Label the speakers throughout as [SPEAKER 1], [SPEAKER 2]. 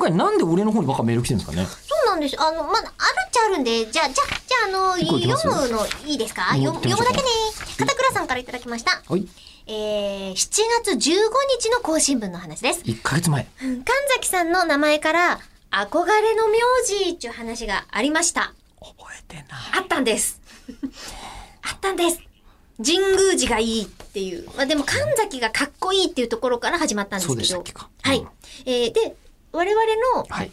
[SPEAKER 1] 回なんで俺の方にばっかメール来てるんですかね
[SPEAKER 2] そうなんです。あの、まだ、あるっちゃあるんで、じゃあ、じゃあ、じゃあ、あの、
[SPEAKER 1] 一個いき
[SPEAKER 2] 読
[SPEAKER 1] ます
[SPEAKER 2] むのいいですか
[SPEAKER 1] も
[SPEAKER 2] 読
[SPEAKER 1] う
[SPEAKER 2] む
[SPEAKER 1] 行ってみ
[SPEAKER 2] 読
[SPEAKER 1] ましょ
[SPEAKER 2] む
[SPEAKER 1] う
[SPEAKER 2] だけね。片倉さんからいただきました。
[SPEAKER 1] はい
[SPEAKER 2] えー、7月15日の更新分の話です。
[SPEAKER 1] 1ヶ月前
[SPEAKER 2] 神崎さんの名前から、憧れの名字っていう話がありました。
[SPEAKER 1] 覚えてない
[SPEAKER 2] あったんです。 あったんです。神宮寺がいいっていう。まあでも神崎がかっこいいっていうところから始まったんですけど。
[SPEAKER 1] そうでしたっけか
[SPEAKER 2] はい。
[SPEAKER 1] うん
[SPEAKER 2] えーで、我々の
[SPEAKER 1] はい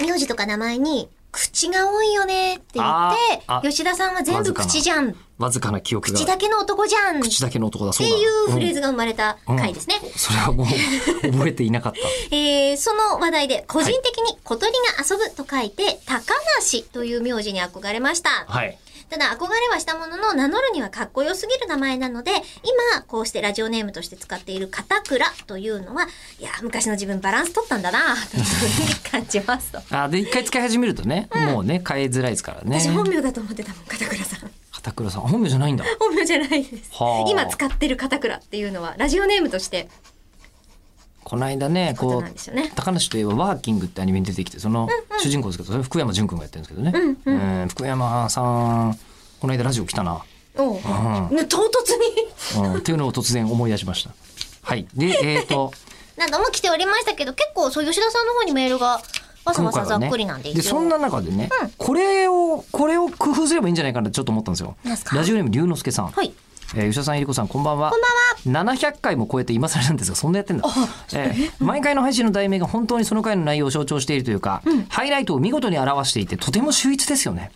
[SPEAKER 2] 名字とか名前に、口が多いよねって言
[SPEAKER 1] あーあ
[SPEAKER 2] って、吉田さんは全部口じゃん。
[SPEAKER 1] わずかな記憶が
[SPEAKER 2] 口だけの男じゃん。っ
[SPEAKER 1] 口だけの男だそ
[SPEAKER 2] て
[SPEAKER 1] うだ
[SPEAKER 2] いうフレーズ
[SPEAKER 1] が
[SPEAKER 2] が生まれた回ですね。
[SPEAKER 1] それはもう 覚えていなかった
[SPEAKER 2] えーその話題で、個人的に小鳥が遊ぶと書いて、高梨という名字に憧れました。
[SPEAKER 1] はい
[SPEAKER 2] ただ憧れはしたものの名乗るにはかっこよすぎる名前なので今こうしてラジオネームとして使っている片倉というのはいや昔の自分バランス取ったんだなというふうに感じますと
[SPEAKER 1] あで一回使い始めるとね、もうね変えづらいですからね
[SPEAKER 2] 私本名だと思ってたもん片倉さん
[SPEAKER 1] 片倉さん本名じゃないんだ
[SPEAKER 2] 本名じゃないです
[SPEAKER 1] はあ
[SPEAKER 2] 今使ってる片倉っていうのはラジオネームとして
[SPEAKER 1] この間ね
[SPEAKER 2] こと
[SPEAKER 1] こ
[SPEAKER 2] なん
[SPEAKER 1] う
[SPEAKER 2] ですよね
[SPEAKER 1] 高梨といえばワーキングってアニメに出てきてその主人公ですけど、それ福山潤君がやってるんですけどね、
[SPEAKER 2] うん
[SPEAKER 1] うん福山さんこの間ラジオ来たな、
[SPEAKER 2] おうね唐突に
[SPEAKER 1] うん、っていうのを突然思い出しましたはいでえっ、 と
[SPEAKER 2] なども来ておりましたけど結構そう吉田さんの方にメールがわさわさざっくりなんで
[SPEAKER 1] でそんな中でね、
[SPEAKER 2] うん
[SPEAKER 1] これをこれを工夫すればいいんじゃないかなってちょっと思ったんですよ
[SPEAKER 2] なんすか
[SPEAKER 1] ラジオネーム龍之介さん、
[SPEAKER 2] はい
[SPEAKER 1] えー、吉田さん、えりこさん、こんばんは。
[SPEAKER 2] こん
[SPEAKER 1] 700回も超えて今更なんですが、そんなやってんだ。えー毎回の配信の題名が本当にその回の内容を象徴しているというか、ハイライトを見事に表していて、とても秀逸ですよね。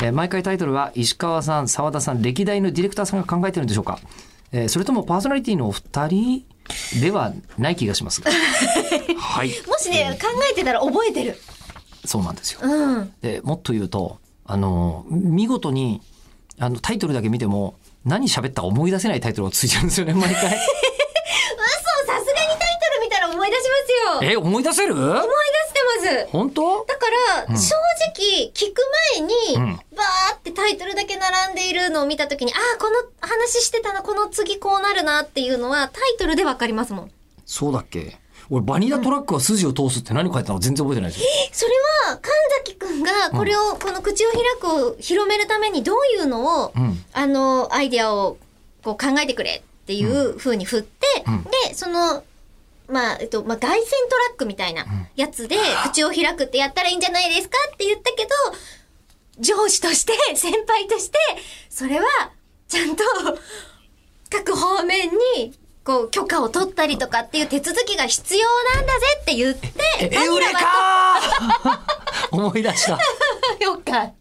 [SPEAKER 1] えー毎回タイトルは、石川さん、澤田さん、歴代のディレクターさんが考えてるんでしょうか。えーそれともパーソナリティのお二人ではない気がしますが。 はい。
[SPEAKER 2] もしね、考えてたら覚えてる
[SPEAKER 1] そうなんですよ。
[SPEAKER 2] うん
[SPEAKER 1] でもっと言うとあの見事にあのタイトルだけ見ても何喋ったか思い出せないタイトルがついてるん ですよね毎回
[SPEAKER 2] 嘘さすがにタイトル見たら思い出しますよ
[SPEAKER 1] え思い出せる
[SPEAKER 2] 思い出してます
[SPEAKER 1] 本当
[SPEAKER 2] だから、正直聞く前に、
[SPEAKER 1] うん
[SPEAKER 2] バーってタイトルだけ並んでいるのを見た時にああこの話してたなこの次こうなるなっていうのはタイトルでわかりますもん
[SPEAKER 1] そうだっけ俺バニラトラックは筋を通すって何書いてたのか全然覚えてないですよ
[SPEAKER 2] えそれは神崎くんがこれを、この口を開くを広めるためにどういうのを、
[SPEAKER 1] うん
[SPEAKER 2] あのアイデアをこう考えてくれっていう風に振って、
[SPEAKER 1] うん
[SPEAKER 2] でそのまあえっとまあ、凱旋トラックみたいなやつで口を開くってやったらいいんじゃないですかって言ったけど上司として 先輩としてそれはちゃんと各方面にこう許可を取ったりとかっていう手続きが必要なんだぜって言って
[SPEAKER 1] え
[SPEAKER 2] バ
[SPEAKER 1] エ
[SPEAKER 2] ニ
[SPEAKER 1] ウ
[SPEAKER 2] ラ
[SPEAKER 1] レ
[SPEAKER 2] は
[SPEAKER 1] カー 思い出した
[SPEAKER 2] よかっ